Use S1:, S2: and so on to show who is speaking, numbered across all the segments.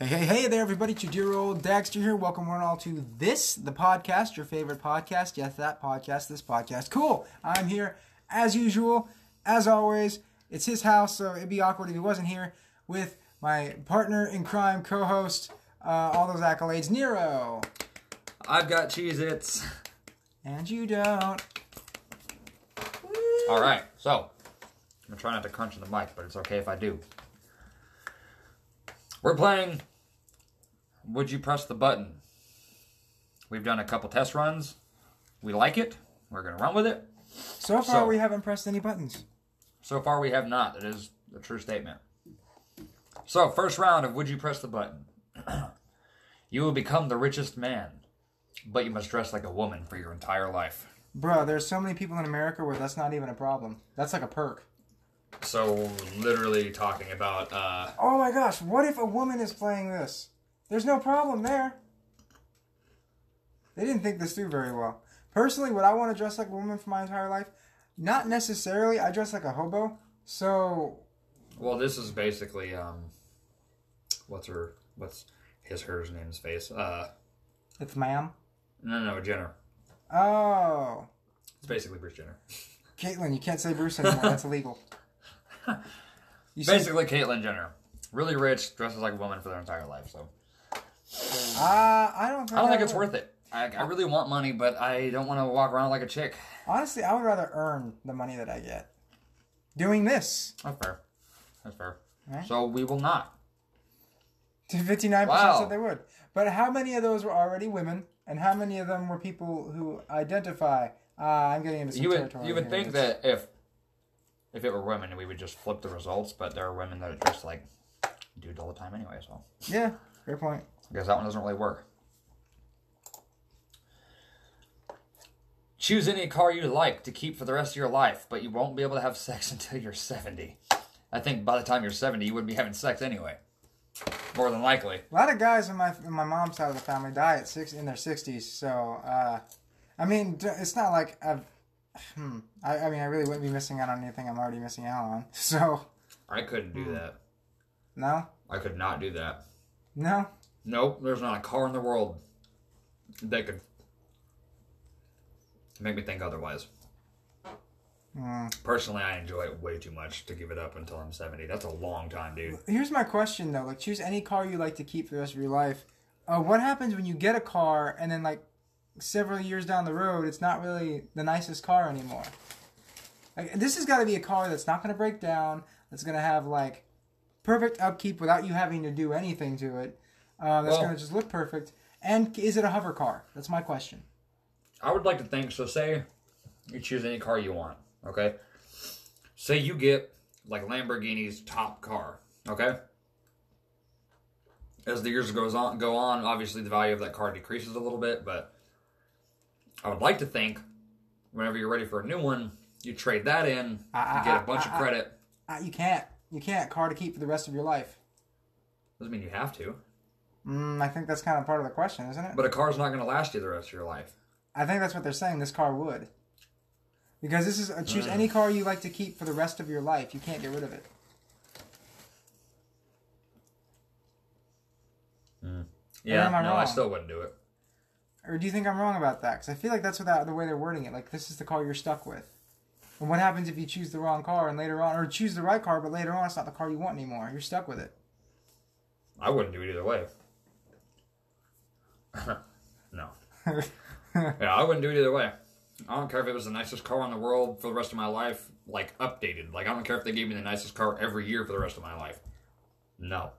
S1: Hey, hey, hey there, everybody. It's your dear old Dagster here. Welcome one and all to this, the podcast, your favorite podcast. Yes, that podcast, this podcast. Cool. I'm here as usual, as always. It's his house, so it'd be awkward if he wasn't here with my partner in crime, co host, uh, all those accolades, Nero.
S2: I've got Cheez Its.
S1: And you don't.
S2: All right, so I'm gonna try not to crunch in the mic, but it's okay if I do. We're playing Would You Press the Button? We've done a couple test runs. We like it. We're gonna run with it.
S1: So far,
S2: So-
S1: we haven't pressed any buttons.
S2: So far, we have not. That is a true statement. So, first round of Would You Press the Button? you will become the richest man, but you must dress like a woman for your entire life.
S1: Bro, there's so many people in America where that's not even a problem. That's like a perk.
S2: So, literally talking about uh,
S1: Oh my gosh, what if a woman is playing this? There's no problem there. They didn't think this through very well. Personally, would I want to dress like a woman for my entire life? Not necessarily. I dress like a hobo. So,
S2: Well, this is basically um, what's her, what's his, hers name's face. Uh,
S1: it's ma'am.
S2: no, no, Jenner.
S1: Oh.
S2: It's basically Bruce Jenner.
S1: Caitlin, you can't say Bruce anymore. That's illegal. You said,
S2: Basically, Caitlyn Jenner, really rich, dresses like a woman for their entire life. So
S1: uh, I don't think
S2: I don't think it's
S1: would.
S2: worth it. I, I really want money, but I don't want to walk around like a chick.
S1: Honestly, I would rather earn the money that I get doing this.
S2: That's fair. That's fair.
S1: Right.
S2: So we will not.
S1: To 59%
S2: Wow.
S1: said they would. But how many of those were already women, and how many of them were people who identify? Uh, I'm getting into some
S2: you would
S1: territory.
S2: you would
S1: here
S2: think
S1: that's-
S2: that if if it were women, we would just flip the results. But there are women that are dressed like dudes all the time anyway. So
S1: Yeah, great point.
S2: Because that one doesn't really work. Choose any car you like to keep for the rest of your life, but you won't be able to have sex until you're 70. I think by the time you're 70, you wouldn't be having sex anyway. More than likely.
S1: A lot of guys in my in my mom's side of the family die at six in their 60s. So, uh, I mean, d- it's not like I've. Hmm, I, I mean, I really wouldn't be missing out on anything I'm already missing out on. So,
S2: I couldn't do that.
S1: no,
S2: I could not do that.
S1: no.
S2: Nope, there's not a car in the world that could make me think otherwise.
S1: Hmm.
S2: Personally, I enjoy it way too much to give it up until I'm 70. That's a long time, dude.
S1: Here's my question though. Like, choose any car you like to keep for the rest of your life. Uh, what happens when you get a car and then like several years down the road, it's not really the nicest car anymore? Like, this has got to be a car that's not going to break down. That's going to have like perfect upkeep without you having to do anything to it. Uh, that's
S2: Well-
S1: going to just look perfect. And is it a hover car? That's my question.
S2: I would like to think so. Say you choose any car you want, okay? Say you get like Lamborghini's top car, okay? As the years goes on, go on, obviously the value of that car decreases a little bit, but I would like to think whenever you're ready for a new one, you trade that in,
S1: I-
S2: you
S1: I-
S2: get
S1: I-
S2: a bunch of
S1: I-
S2: credit.
S1: Uh, you can't. You can't car to keep for the rest of your life.
S2: Doesn't mean you have to,
S1: Mm, I think that's kind of part of the question, isn't it?
S2: but a car's not going to last you the rest of your life.
S1: I think that's what they're saying. This car would, because this is uh, choose any car you like to keep for the rest of your life. You can't get rid of it.
S2: Yeah,
S1: am I
S2: no, I
S1: wrong?
S2: still wouldn't do it.
S1: Or do you think I'm wrong about that? Because I feel like that's what that, the way they're wording it. Like this is the car you're stuck with. And what happens if you choose the wrong car and later on, or choose the right car, but later on it's not the car you want anymore. You're stuck with it.
S2: I wouldn't do it either way. no. yeah, I wouldn't do it either way. I don't care if it was the nicest car in the world for the rest of my life, like updated. Like I don't care if they gave me the nicest car every year for the rest of my life. No.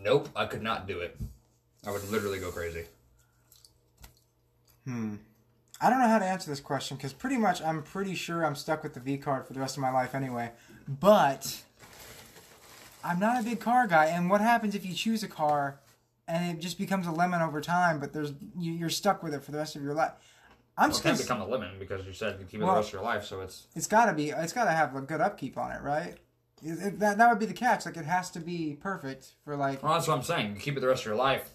S2: Nope, I could not do it. I would literally go crazy.
S1: I don't know how to answer this question because pretty much I'm pretty sure I'm stuck with the V card for the rest of my life anyway. But I'm not a big car guy, and what happens if you choose a car and it just becomes a lemon over time? But there's you, you're stuck with it for the rest of your life. I'm
S2: Well, it
S1: just
S2: can
S1: gonna,
S2: become a lemon because you said you keep it
S1: Well-
S2: the rest of your life, so it's
S1: it's gotta be it's gotta have a good upkeep on it, right? It- it- that that would be the catch. Like it has to be perfect for like
S2: Well, that's what I'm saying. You keep it the rest of your life,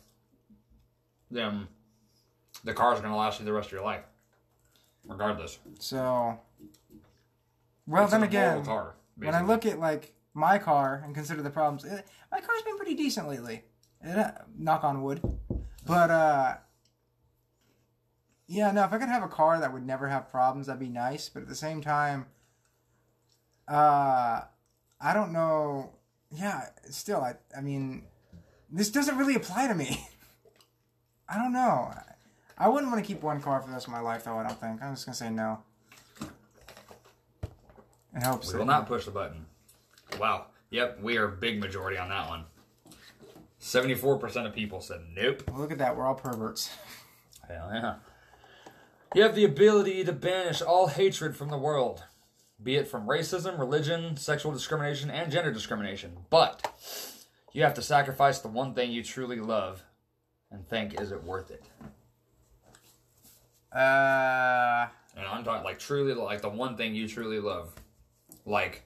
S2: then the car's going to last you the rest of your life, regardless.
S1: so. Well,
S2: It's
S1: then
S2: an immortal
S1: again,
S2: car,
S1: when I
S2: basically.
S1: look at like my car and consider the problems. Eh, my car's been pretty decent lately. Eh, eh, knock on wood. But uh yeah, no, if I could have a car that would never have problems, that'd be nice, but at the same time uh I don't know. Yeah, still I I mean this doesn't really apply to me. I don't know. I wouldn't want to keep one car for the rest of my life, though. I don't think. I'm just gonna say no. It helps.
S2: We will not push the button. Wow. Yep, we are big majority on that one. 74% of people said nope.
S1: Look at that. We're all perverts.
S2: Hell yeah. You have the ability to banish all hatred from the world, be it from racism, religion, sexual discrimination, and gender discrimination. But you have to sacrifice the one thing you truly love and think, is it worth it?
S1: Uh,
S2: And I'm talking like truly, like the one thing you truly love. Like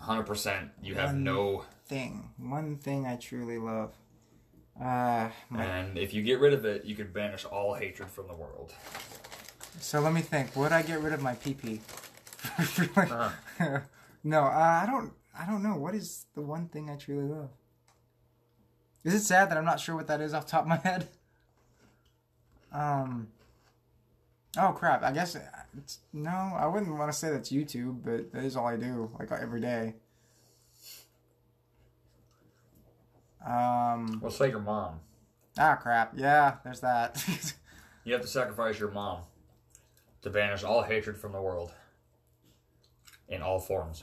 S2: 100%, you have no.
S1: thing. One thing I truly love. Uh, my-
S2: And if you get rid of it, you could banish all hatred from the world.
S1: so let me think. Would I get rid of my pee pee? no, uh, I don't. I don't know. What is the one thing I truly love? Is it sad that I'm not sure what that is off the top of my head? Um. Oh crap! I guess it's, no. I wouldn't want to say that's YouTube, but that is all I do, like every day. Um.
S2: Well, say your mom.
S1: Ah crap! Yeah, there's that.
S2: You have to sacrifice your mom to banish all hatred from the world in all forms.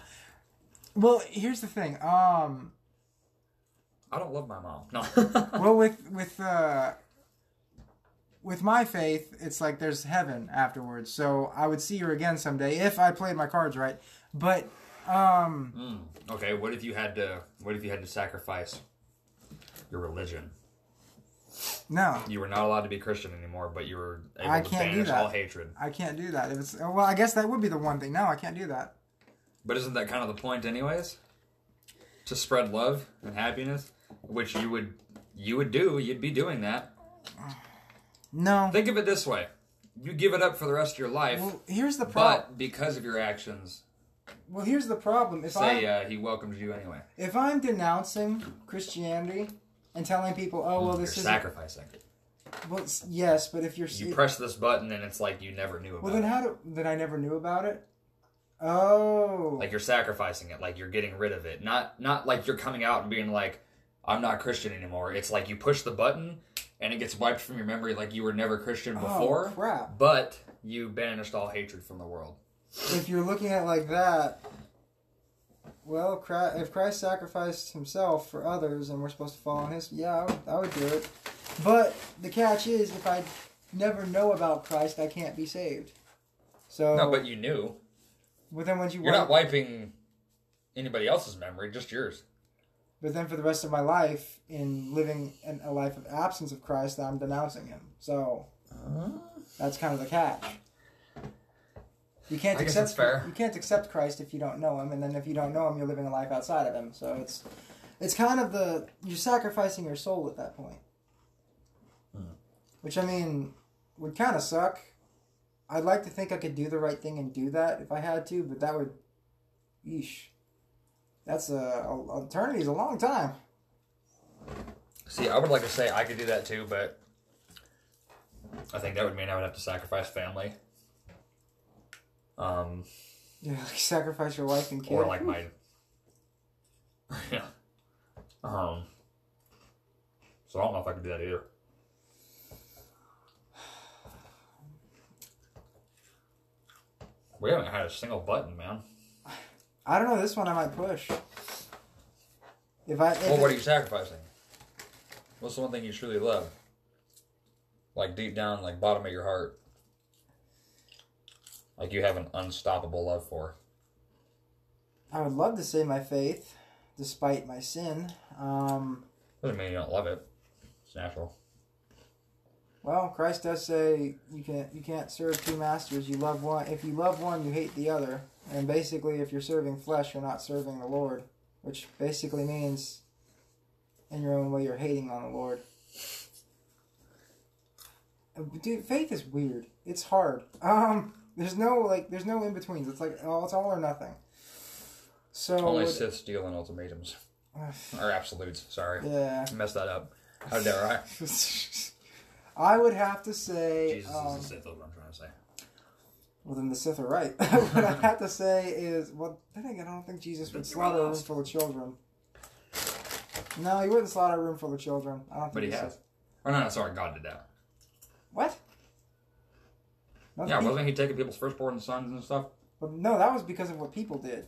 S1: well, here's the thing. Um.
S2: I don't love my mom. No.
S1: well with with uh with my faith it's like there's heaven afterwards so i would see her again someday if i played my cards right but um
S2: Hmm. okay, what if you had to what if you had to sacrifice your religion?
S1: no
S2: You were not allowed to be Christian anymore, but you were able
S1: I
S2: to
S1: can't do
S2: banish
S1: that.
S2: all hatred.
S1: i can't do that if it's oh, well i guess that would be the one thing no i can't do that
S2: But isn't that kind of the point anyways? To spread love and happiness, which you would you would do, you'd be doing that.
S1: no
S2: Think of it this way. You give it up for the rest of your life,
S1: well here's the problem
S2: but because of your actions,
S1: well here's the problem if i
S2: say uh, he welcomes you anyway.
S1: if i'm denouncing christianity and telling people oh well
S2: You're
S1: this is
S2: sacrificing.
S1: well, s- yes but if you're
S2: You press this button and it's like you never knew about
S1: well then
S2: it.
S1: how do then i never knew about it oh
S2: Like you're sacrificing it, like you're getting rid of it. Not not like you're coming out and being like, I'm not Christian anymore. It's like you push the button and it gets wiped from your memory like you were never Christian before.
S1: Oh, crap.
S2: But you banished all hatred from the world.
S1: if you're looking at it like that, well, Chri- if Christ sacrificed himself for others and we're supposed to follow his, yeah, I would, I would do it. But the catch is, if I never know about Christ, I can't be saved. So,
S2: No, but you knew.
S1: but then once you
S2: You're
S1: wipe-
S2: not wiping anybody else's memory, just yours.
S1: but then for the rest of my life, in living in a life of absence of Christ, I'm denouncing him. So that's kind of the catch. You can't
S2: I guess
S1: accept
S2: that's fair.
S1: You can't accept Christ if you don't know him, and then if you don't know him, you're living a life outside of him. So it's it's kind of the you're sacrificing your soul at that point. Which I mean would kind of suck. I'd like to think I could do the right thing and do that if I had to, but that would, eesh, that's a, a eternity is a long time.
S2: See, I would like to say I could do that too, but I think that would mean I would have to sacrifice family. Um,
S1: Yeah, like sacrifice your wife and kid.
S2: or like my yeah um so i don't know if i could do that either we haven't had a single button man
S1: I don't know. This one I might push. If I if
S2: well what are you sacrificing what's the one thing you truly love like deep down like bottom of your heart like you have an unstoppable love for
S1: I would love to say my faith, despite my sin. Um,
S2: doesn't mean you don't love it it's natural
S1: well, Christ does say you can't you can't serve two masters. You love one. If you love one, you hate the other. And basically, if you're serving flesh, you're not serving the Lord, which basically means, in your own way, you're hating on the Lord. Dude, faith is weird. It's hard. Um, there's no like, there's no in betweens. It's like, oh, it's all or nothing. So
S2: Only
S1: would-
S2: Sith steal and ultimatums.
S1: Ugh.
S2: Or absolutes, sorry.
S1: yeah,
S2: I messed that up. How dare I?
S1: I would have to say.
S2: Jesus
S1: Um,
S2: is a Sith, that's what I'm trying to say.
S1: well, then the Sith are right. what I have to say is, well, I think I don't think Jesus would
S2: But you're
S1: slaughter a room
S2: lost.
S1: full of children. No, he wouldn't slaughter a room full of children. I don't think.
S2: But he
S1: he's
S2: has. Or no, no, sorry, God did that.
S1: What? That's
S2: Yeah,
S1: peop-
S2: wasn't he taking people's firstborn sons and stuff?
S1: but no, that was because of what people did.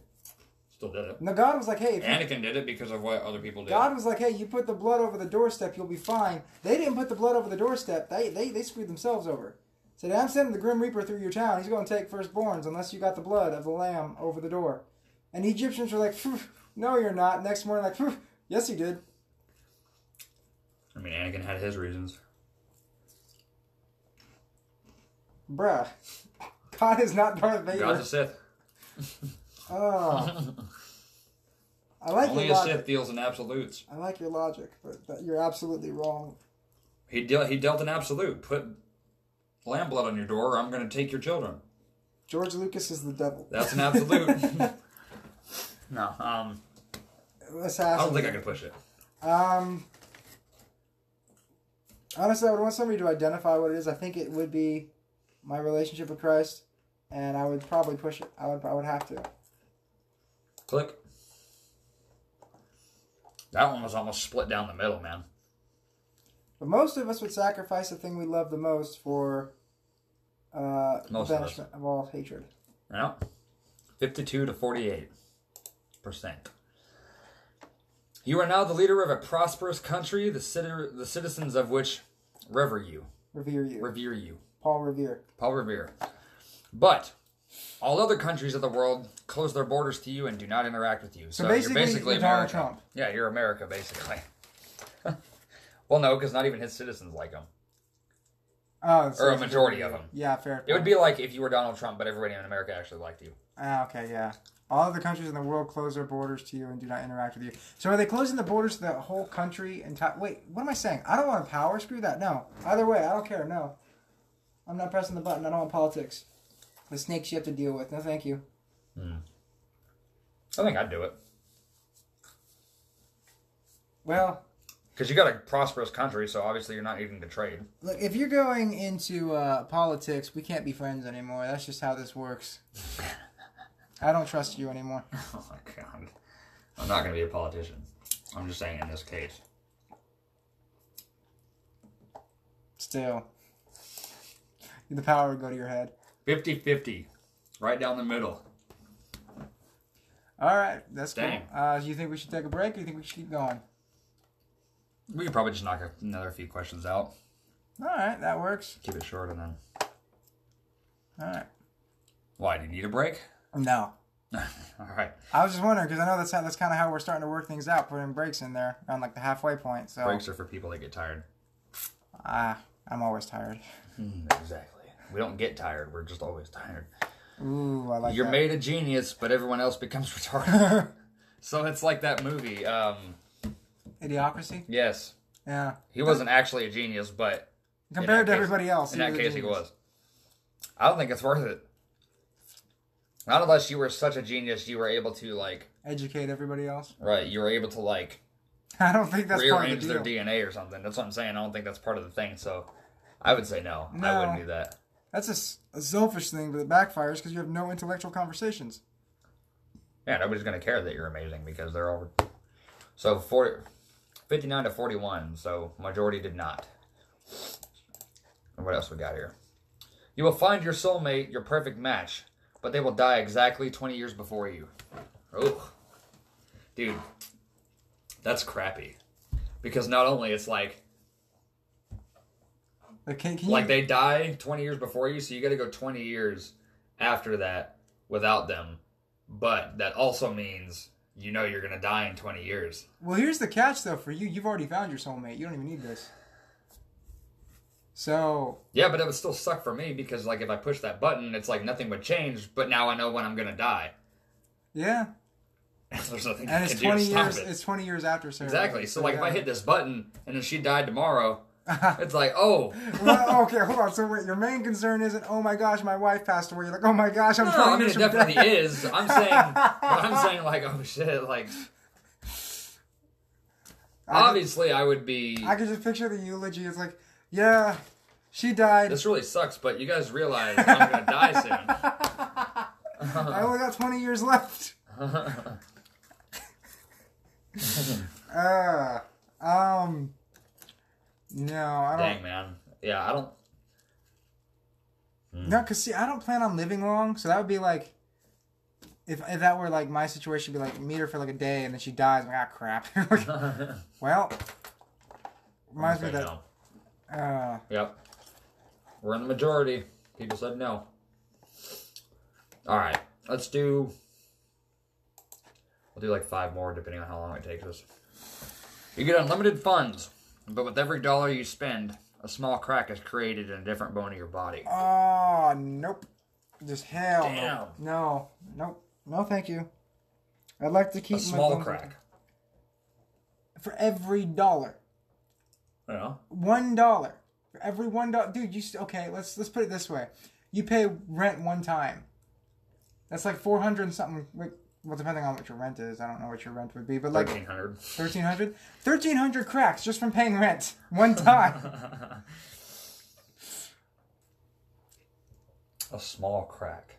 S2: Still did it.
S1: No, God was like, hey, if you-
S2: Anakin did it because of what other people did.
S1: God was like, hey, you put the blood over the doorstep, you'll be fine. They didn't put the blood over the doorstep. They they, they screwed themselves over. Said, I'm sending the Grim Reaper through your town. He's going to take firstborns unless you got the blood of the lamb over the door. And the Egyptians were like, "Phew, no, you're not. Next morning, like, "Phew, yes, you did.
S2: I mean, Anakin had his reasons.
S1: Bruh. God is not Darth
S2: God's a
S1: Vader.
S2: Sith.
S1: Oh. I like
S2: Only
S1: your
S2: a
S1: logic.
S2: Sith deals in absolutes.
S1: I like your logic, but that, you're absolutely wrong.
S2: He dealt. He dealt an absolute. Put lamb blood on your door, or I'm going to take your children.
S1: George Lucas is the devil.
S2: That's an absolute. no, um, I
S1: Assassin.
S2: don't think I can push it.
S1: Um, honestly, I would want somebody to identify what it is. I think it would be my relationship with Christ, and I would probably push it. I would, I would have to.
S2: Click. That one was almost split down the middle, man.
S1: But most of us would sacrifice the thing we love the most for uh, the
S2: Most of us.
S1: banishment of all hatred.
S2: Yeah. 52 to 48 percent. You are now the leader of a prosperous country, the, citi- the citizens of which rever you,
S1: Revere you,
S2: revere you.
S1: Paul Revere.
S2: Paul Revere. But all other countries of the world close their borders to you and do not interact with you. So,
S1: basically,
S2: you're basically
S1: you're Donald
S2: America.
S1: Trump.
S2: Yeah, you're America, basically. well, no, because not even his citizens like him,
S1: Oh, so-
S2: or a majority of them.
S1: yeah, fair.
S2: It would be like if you were Donald Trump, but everybody in America actually liked you.
S1: Ah, okay, yeah. All of the countries in the world close their borders to you and do not interact with you. So are they closing the borders to the whole country and ti- wait, what am I saying? I don't want to power, screw that. No. Either way, I don't care. No. I'm not pressing the button. I don't want politics. The snakes you have to deal with. No, thank you.
S2: I think I'd do it
S1: Well,
S2: because you got a prosperous country, so obviously you're not even to trade.
S1: look, if you're going into uh, politics, we can't be friends anymore. That's just how this works. I don't trust you anymore.
S2: Oh my god, I'm not going to be a politician. I'm just saying in this case.
S1: Still. The power would go to your head.
S2: 50 50, right down the middle.
S1: All right, that's
S2: Dang.
S1: cool. Uh, do you think we should take a break, or do you think we should keep going?
S2: We could probably just knock another few questions out,
S1: All right, that works.
S2: keep it short, and then.
S1: All right.
S2: Why do you need a break?
S1: No,
S2: All right,
S1: I was just wondering because I know that's how, that's kind of how we're starting to work things out, putting breaks in there around like the halfway point. So
S2: breaks are for people that get tired.
S1: ah, I'm always tired. Mm,
S2: exactly. We don't get tired. We're just always tired.
S1: Ooh, I like
S2: You're
S1: that.
S2: made a genius, but everyone else becomes retarded. so it's like that movie. Um,
S1: Idiocracy.
S2: yes,
S1: Yeah.
S2: he wasn't actually a genius, but
S1: Compared to
S2: case-
S1: everybody else,
S2: in that
S1: a
S2: case, he
S1: genius.
S2: was. I don't think it's worth it. Not unless you were such a genius, you were able to like,
S1: Educate everybody else.
S2: right? You were able to like
S1: I don't think that's part of
S2: rearrange
S1: the
S2: their
S1: deal.
S2: DNA or something. That's what I'm saying. I don't think that's part of the thing. So, I would say no. I
S1: No.
S2: wouldn't do that.
S1: that's a s- a, selfish thing, but it backfires because you have no intellectual conversations.
S2: Yeah, nobody's gonna care that you're amazing because they're all. So 40, 59 to forty-one. So majority did not. And what else we got here? You will find your soulmate, your perfect match, but they will die exactly twenty years before you. Oh, dude, that's crappy. Because not only it's like
S1: Like, can, can you,
S2: like they die twenty years before you, so you got to go twenty years after that without them. But that also means you know you're gonna die in twenty years.
S1: Well, here's the catch, though. For you, you've already found your soulmate. You don't even need this. So
S2: Yeah, but it would still suck for me because like if I push that button, it's like nothing would change. But now I know when I'm gonna die.
S1: yeah,
S2: There's nothing
S1: and
S2: I
S1: it's
S2: can do to
S1: twenty
S2: stop
S1: years.
S2: it.
S1: It's twenty years after Sarah.
S2: Exactly. So like if I
S1: yeah.
S2: hit this button and then she died tomorrow, It's like, oh,
S1: well, okay, hold on. So wait, your main concern isn't, oh my gosh, my wife passed away. You're like, oh my gosh, I'm
S2: no,
S1: trying
S2: I mean,
S1: this
S2: it
S1: from
S2: definitely
S1: death.
S2: is. I'm saying, but I'm saying, like, oh shit, like, obviously, I would be.
S1: I can just picture the eulogy. It's like, yeah, she died.
S2: This really sucks, but you guys realize I'm gonna die soon.
S1: I only got 20 years left. uh, um, no, I don't.
S2: Dang, man. Yeah, I don't.
S1: No, cause see, I don't plan on living long, so that would be like, if if that were like my situation, be like meet her for like a day and then she dies. I'm like, ah, crap.
S2: Uh-huh.
S1: Like, well, reminds me
S2: say
S1: that.
S2: no.
S1: Uh,
S2: Yep. We're in the majority. People said no. All right, let's do. We'll do like five more, depending on how long it takes us. You get unlimited funds, but with every dollar you spend, a small crack is created in a different bone of your body.
S1: oh nope, just hell. no.
S2: Damn.
S1: No, nope, no, thank you. I'd like to keep
S2: A small
S1: my thumbs-
S2: crack.
S1: for every dollar.
S2: Yeah.
S1: one dollar for every one dollar dude you s- okay let's let's put it this way you pay rent one time that's like 400 and something like, well depending on what your rent is i don't know what your rent would be but like
S2: Thirteen hundred.
S1: 1300 1300 cracks just from paying rent one time
S2: A small crack.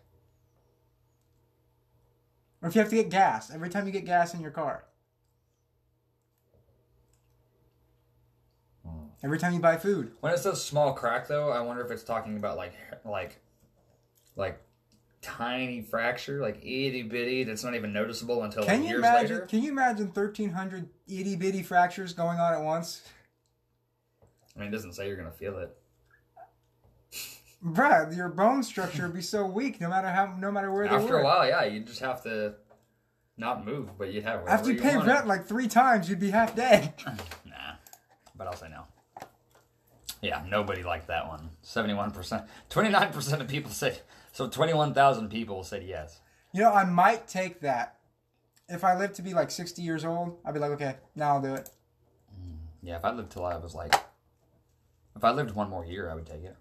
S1: or if you have to get gas every time you get gas in your car
S2: Hmm.
S1: every time you buy food
S2: When it says small crack, though, I wonder if it's talking about like like like tiny fracture, like itty bitty, that's not even noticeable until
S1: can
S2: like,
S1: you
S2: years
S1: imagine
S2: later.
S1: can you imagine 1300 itty-bitty fractures going on at once
S2: I mean, it doesn't say you're gonna feel it.
S1: Bruh, your bone structure would be so weak no matter how no matter where they
S2: After
S1: were.
S2: a while, yeah, you just have to not move, but you'd have. it wherever
S1: After you pay
S2: want
S1: rent like three times, you'd be half dead.
S2: it. Nah, but I'll say no. Yeah, nobody liked that one. Seventy-one percent, twenty-nine percent of people said so. Twenty-one thousand people said yes.
S1: You know, I might take that. If I live to be like 60 years old, I'd be like, okay, now I'll do it.
S2: Yeah, if I lived till I was like, if I lived one more year, I would take it.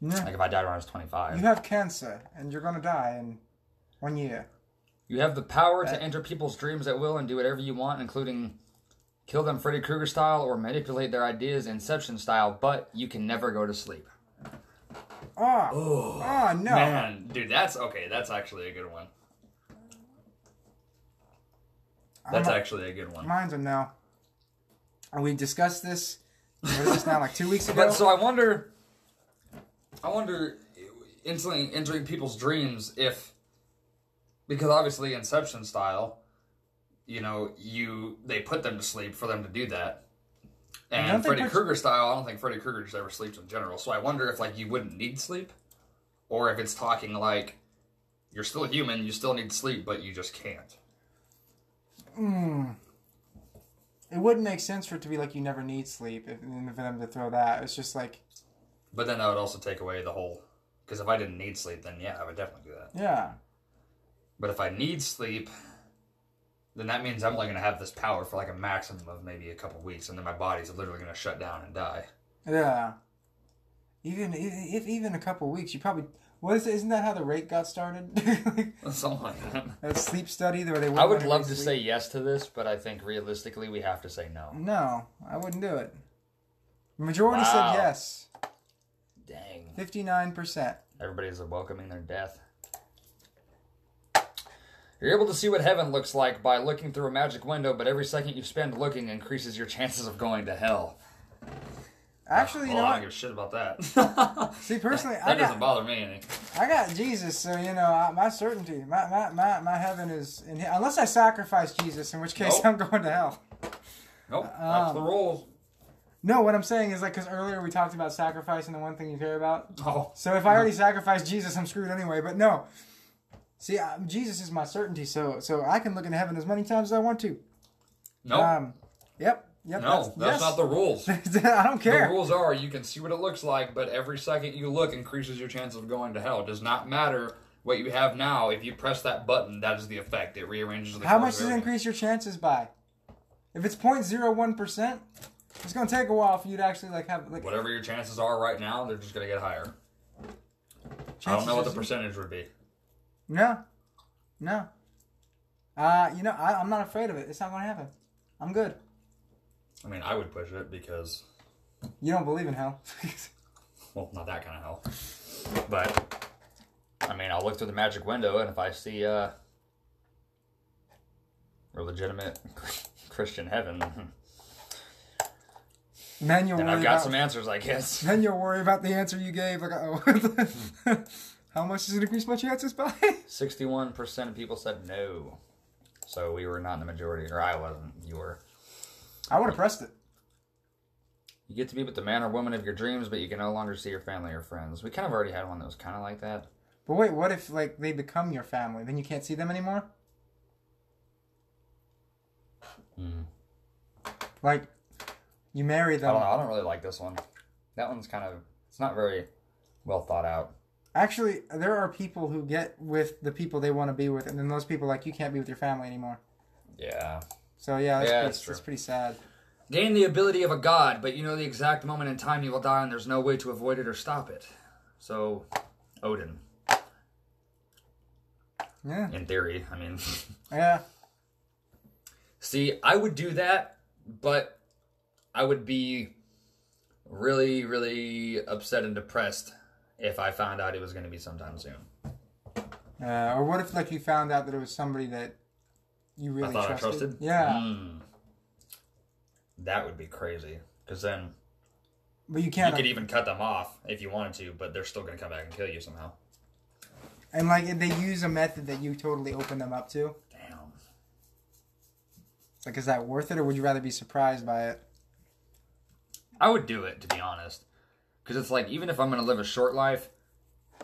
S1: Yeah.
S2: Like if I died when I was 25.
S1: You have cancer and you're gonna die in one year.
S2: You have the power to enter people's dreams at will and do whatever you want, including kill them Freddy Krueger style or manipulate their ideas Inception style, but you can never go to sleep.
S1: Oh, oh no.
S2: Man, dude, that's okay. That's actually a good one. That's actually a good one.
S1: Mine's a no. And we discussed this, what is this now, like two weeks ago?
S2: But so I wonder, I wonder, entering entering people's dreams if, because obviously Inception style, you know, you they put them to sleep for them to do that.
S1: don't
S2: And
S1: they
S2: Freddy
S1: put-
S2: Krueger style, I don't think Freddy Krueger just ever sleeps in general. So I wonder if like you wouldn't need sleep, or if it's talking like you're still human, you still need sleep, but you just can't.
S1: it wouldn't make sense for it to be like you never need sleep if, and for them to throw that. It's just like,
S2: But then that would also take away the whole. Because if I didn't need sleep, then yeah, I would definitely do that.
S1: yeah.
S2: But if I need sleep, then that means I'm only going to have this power for like a maximum of maybe a couple weeks, and then my body's literally going to shut down and die.
S1: Yeah. Even if, if even a couple weeks, you probably what is it? Isn't that how the rate got started? like,
S2: Something like that.
S1: that sleep study where they.
S2: I would love to say yes to this, but I think realistically we have to say no.
S1: no. I wouldn't do it. Majority
S2: Wow.
S1: said yes.
S2: Dang.
S1: Fifty nine percent.
S2: Everybody's welcoming their death. You're able to see what heaven looks like by looking through a magic window, but every second you spend looking increases your chances of going to hell.
S1: Actually, you know
S2: Well, Oh, I don't
S1: what?
S2: give a shit about that. that
S1: See, personally, I
S2: doesn't
S1: got
S2: bother me any.
S1: I got Jesus, so you know I, my certainty, my, my my my heaven is in him. Unless I sacrifice Jesus, in which case
S2: Nope.
S1: I'm going to hell.
S2: Nope,
S1: Um,
S2: that's the rules.
S1: No, what I'm saying is like because earlier we talked about sacrifice and the one thing you care about.
S2: Oh,
S1: So if I already sacrificed Jesus, I'm screwed anyway. But no, see, I, Jesus is my certainty, so so I can look into heaven as many times as I want to.
S2: no.
S1: Um, yep, yep.
S2: No, that's, not the rules. The
S1: yes. I don't care.
S2: rules are you can see what it looks like, but every second you look increases your chance of going to hell. It does not matter what you have now. If you press that button, that is the effect. It rearranges the
S1: How
S2: course
S1: much
S2: of
S1: does it
S2: everything.
S1: increase your chances by? If it's 0.01 percent, It's gonna take a while for you to actually like have like.
S2: Whatever your chances are right now, they're just gonna get higher. I don't
S1: chances
S2: know what the
S1: is-
S2: percentage would be.
S1: No, no. Uh, you know, I, I'm not afraid of it. It's not gonna happen. I'm good.
S2: I mean, I would push it because,
S1: You don't believe in hell.
S2: well, not that kind of hell. But, I mean, I'll look through the magic window, and if I see uh, a legitimate Christian heaven,
S1: then you'll
S2: then
S1: worry
S2: I've got
S1: about.
S2: some answers, I guess.
S1: Then you'll worry about the answer you gave. Like, oh, how much does it increase my chances by?
S2: 61% of people said no. So we were not in the majority, or I wasn't. You were.
S1: I would have pressed it.
S2: You get to be with the man or woman of your dreams, but you can no longer see your family or friends. We kind of already had one that was kind of like that.
S1: But wait, what if like they become your family? Then you can't see them anymore.
S2: Hmm.
S1: Like, you marry
S2: I don't
S1: them.
S2: know. I don't really like this one. That one's kind of. It's not very well thought out.
S1: Actually, there are people who get with the people they want to be with, and then those people like you can't be with your family anymore.
S2: Yeah.
S1: So yeah, that's,
S2: Yeah,
S1: pretty,
S2: that's
S1: that's,
S2: true.
S1: pretty sad.
S2: Gain the ability of a god, but you know the exact moment in time you will die, and there's no way to avoid it or stop it. So, Odin,
S1: Yeah,
S2: in theory. I mean,
S1: yeah.
S2: see, I would do that, but I would be really, really upset and depressed if I found out it was going to be sometime soon.
S1: Uh, or what if like you found out that it was somebody that you really
S2: I thought
S1: trusted?
S2: I trusted.
S1: Yeah,
S2: Mm. That would be crazy. Because then
S1: but you
S2: you
S1: can't.
S2: could even cut them off if you wanted to, but they're still going to come back and kill you somehow.
S1: and like if they use a method that you totally open them up to.
S2: Damn.
S1: Like, is that worth it, or would you rather be surprised by it?
S2: I would do it, to be honest. Because it's like, even if I'm going to live a short life,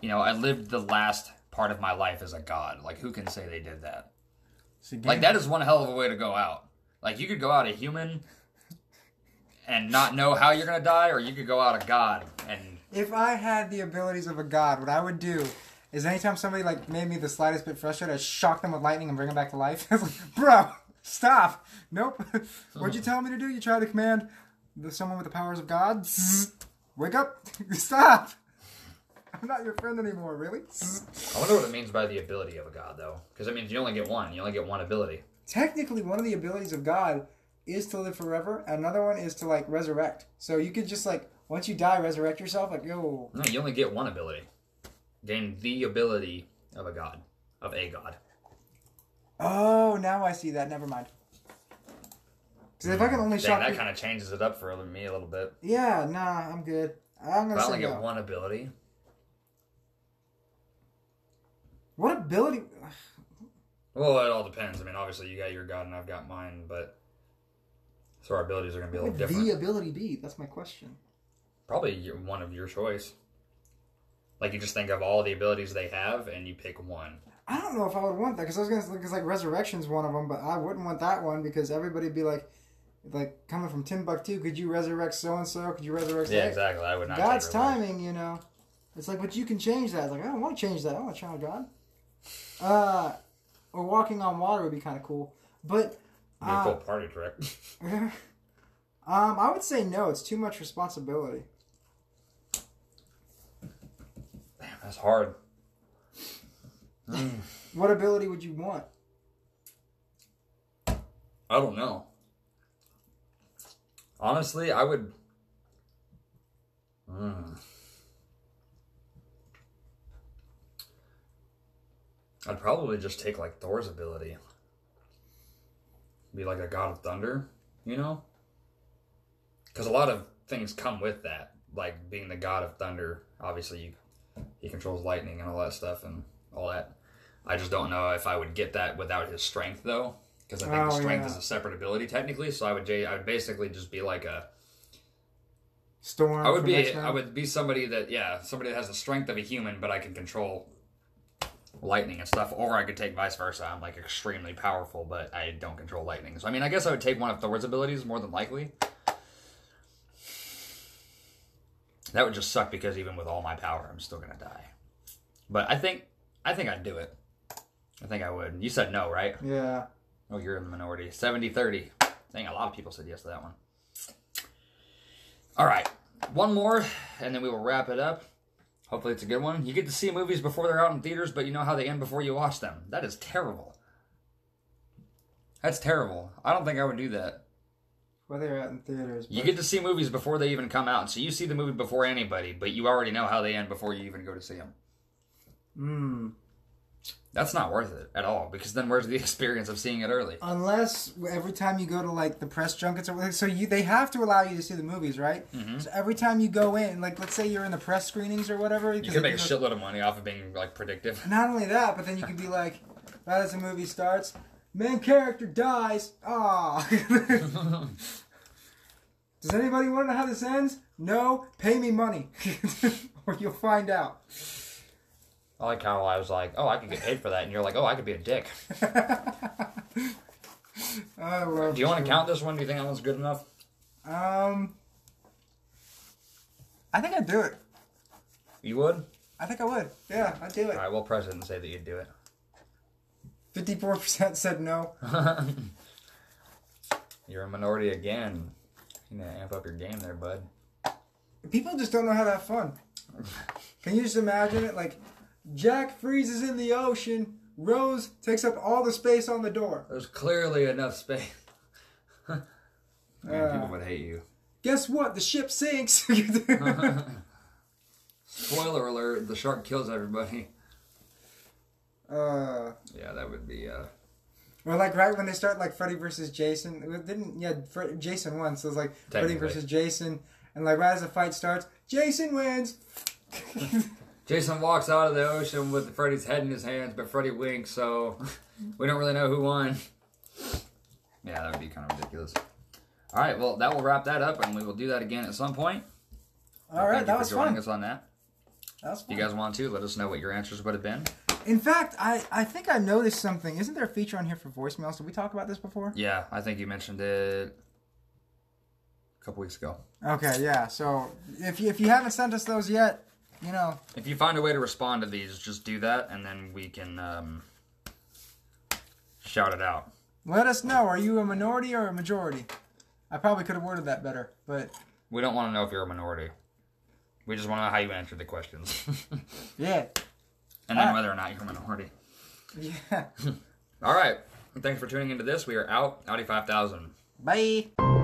S2: you know, I lived the last part of my life as a god. Like, who can say they did that?
S1: See,
S2: Like, that is one hell of a way to go out. Like, you could go out a human and not know how you're going to die, or you could go out a god and
S1: If I had the abilities of a god, what I would do is anytime somebody like made me the slightest bit frustrated, I'd shock them with lightning and bring them back to life. It's like, Bro, stop. Nope. What'd you tell me to do? You try to command the, someone with the powers of God. Wake up. stop. I'm not your friend anymore, really.
S2: I wonder what it means by the ability of a god, though, because it means you only get one. You only get one ability.
S1: Technically, one of the abilities of God is to live forever. Another one is to like resurrect. So you could just like once you die, resurrect yourself. Like yo,
S2: No, you only get one ability. Gain the ability of a god, of a god.
S1: oh, now I see that. Never mind. Because if I can only
S2: Mm. Dang,
S1: shock,
S2: that
S1: you-
S2: kind of changes it up for me a little bit.
S1: Yeah, nah, I'm good. I'm gonna
S2: If I
S1: say
S2: only get
S1: no.
S2: one ability,
S1: What ability?
S2: well, it all depends. I mean, obviously, you got your god and I've got mine, but so our abilities are going to be a
S1: What
S2: little
S1: would
S2: different.
S1: the ability be? That's my question.
S2: Probably your- one of your choice. Like you just think of all the abilities they have, and you pick one.
S1: I don't know if I would want that because I was gonna because like resurrection's one of them, but I wouldn't want that one because everybody'd be like, like coming from Timbuktu, could you resurrect so and so? Could you resurrect?
S2: Yeah,
S1: that?
S2: exactly. I would not.
S1: God's
S2: take her life.
S1: timing, you know. It's like, but you can change that. It's like I don't want to change that. I want to challenge God. Uh, or walking on water would be kind of cool, but
S2: Be a
S1: uh,
S2: cool party trick.
S1: um, I would say no. It's too much responsibility.
S2: That's hard.
S1: What ability would you want?
S2: I don't know. Honestly, I would. Mm. I'd probably just take like Thor's ability. Be like a god of thunder, you know? Because a lot of things come with that. Like being the god of thunder, obviously, you, he controls lightning and all that stuff and all that. I just don't know if I would get that without his strength, though. Because I think the
S1: Oh,
S2: strength
S1: yeah.
S2: is a separate ability technically, so I would j- I would basically just be like a
S1: Storm.
S2: I would
S1: from
S2: be
S1: X-Men?
S2: I would be somebody that yeah somebody that has the strength of a human, but I can control lightning and stuff. Or I could take vice versa. I'm like extremely powerful, but I don't control lightning. So I mean, I guess I would take one of Thor's abilities more than likely. That would just suck because even with all my power, I'm still gonna die. But I think I think I'd do it. I think I would. You said no, right?
S1: Yeah.
S2: Oh, you're in the minority. 70 30. Dang, a lot of people said yes to that one. All right, one more, and then we will wrap it up. Hopefully, it's a good one. You get to see movies before they're out in theaters, but you know how they end before you watch them. That is terrible. That's terrible. I don't think I would do that.
S1: Well, they're out in theaters.
S2: You
S1: but-
S2: get to see movies before they even come out, so you see the movie before anybody, but you already know how they end before you even go to see them.
S1: Mm.
S2: That's not worth it at all, because then where's the experience of seeing it early?
S1: unless every time you go to like the press junkets or so you they have to allow you to see the movies right
S2: Mm-hmm.
S1: so every time you go in like let's say you're in the press screenings or whatever
S2: You can make a shitload of money off of being like predictive.
S1: not only that but then you could be like right as the movie starts main character dies ah does anybody want to know how this ends no pay me money or you'll find out
S2: I like how I was like, oh, I could get paid for that, and you're like, oh, I could be a dick.
S1: I love
S2: Do you want to
S1: you.
S2: count this one? Do you think that one's good enough?
S1: um i think i'd do it
S2: You would?
S1: i think i would yeah i'd do it
S2: All right, we'll press it and say that you'd do it.
S1: 54% said no.
S2: You're a minority again. You need to amp up your game there, bud.
S1: People just don't know how to have fun. Can you just imagine it? Like, Jack freezes in the ocean, Rose takes up all the space on the door.
S2: There's clearly enough space. Man,
S1: Uh.
S2: people would hate you.
S1: Guess what? The ship sinks.
S2: Spoiler alert: the shark kills everybody.
S1: uh,
S2: Yeah, that would be. uh
S1: Or like right when they start like Freddy versus Jason, it didn't yeah Fre- Jason won, so it's like Freddy
S2: Technically.
S1: versus Jason, and like right as the fight starts, Jason wins.
S2: Jason walks out of the ocean with Freddy's head in his hands, but Freddy winks, so we don't really know who won. Yeah, that would be kind of ridiculous. All right, well, that will wrap that up, and we will do that again at some point.
S1: All right,
S2: Thank you
S1: that
S2: for
S1: was
S2: joining
S1: fun.
S2: us on that.
S1: That was fun.
S2: If you guys want to, let us know what your answers would have been.
S1: In fact, I I think I noticed something. Isn't there a feature on here for voicemails? Did we talk about this before?
S2: Yeah, I think you mentioned it a couple weeks ago.
S1: Okay, yeah. So if you, if you haven't sent us those yet, you know,
S2: If you find a way to respond to these, just do that, and then we can um, shout it out.
S1: let us know. Are you a minority or a majority? I probably could have worded that better, but
S2: We don't want to know if you're a minority. We just want to know how you answered the questions,
S1: yeah,
S2: and then
S1: Ah.
S2: whether or not you're a minority.
S1: yeah.
S2: All right. Thanks for tuning into this. We are out. Audi 5000.
S1: Bye.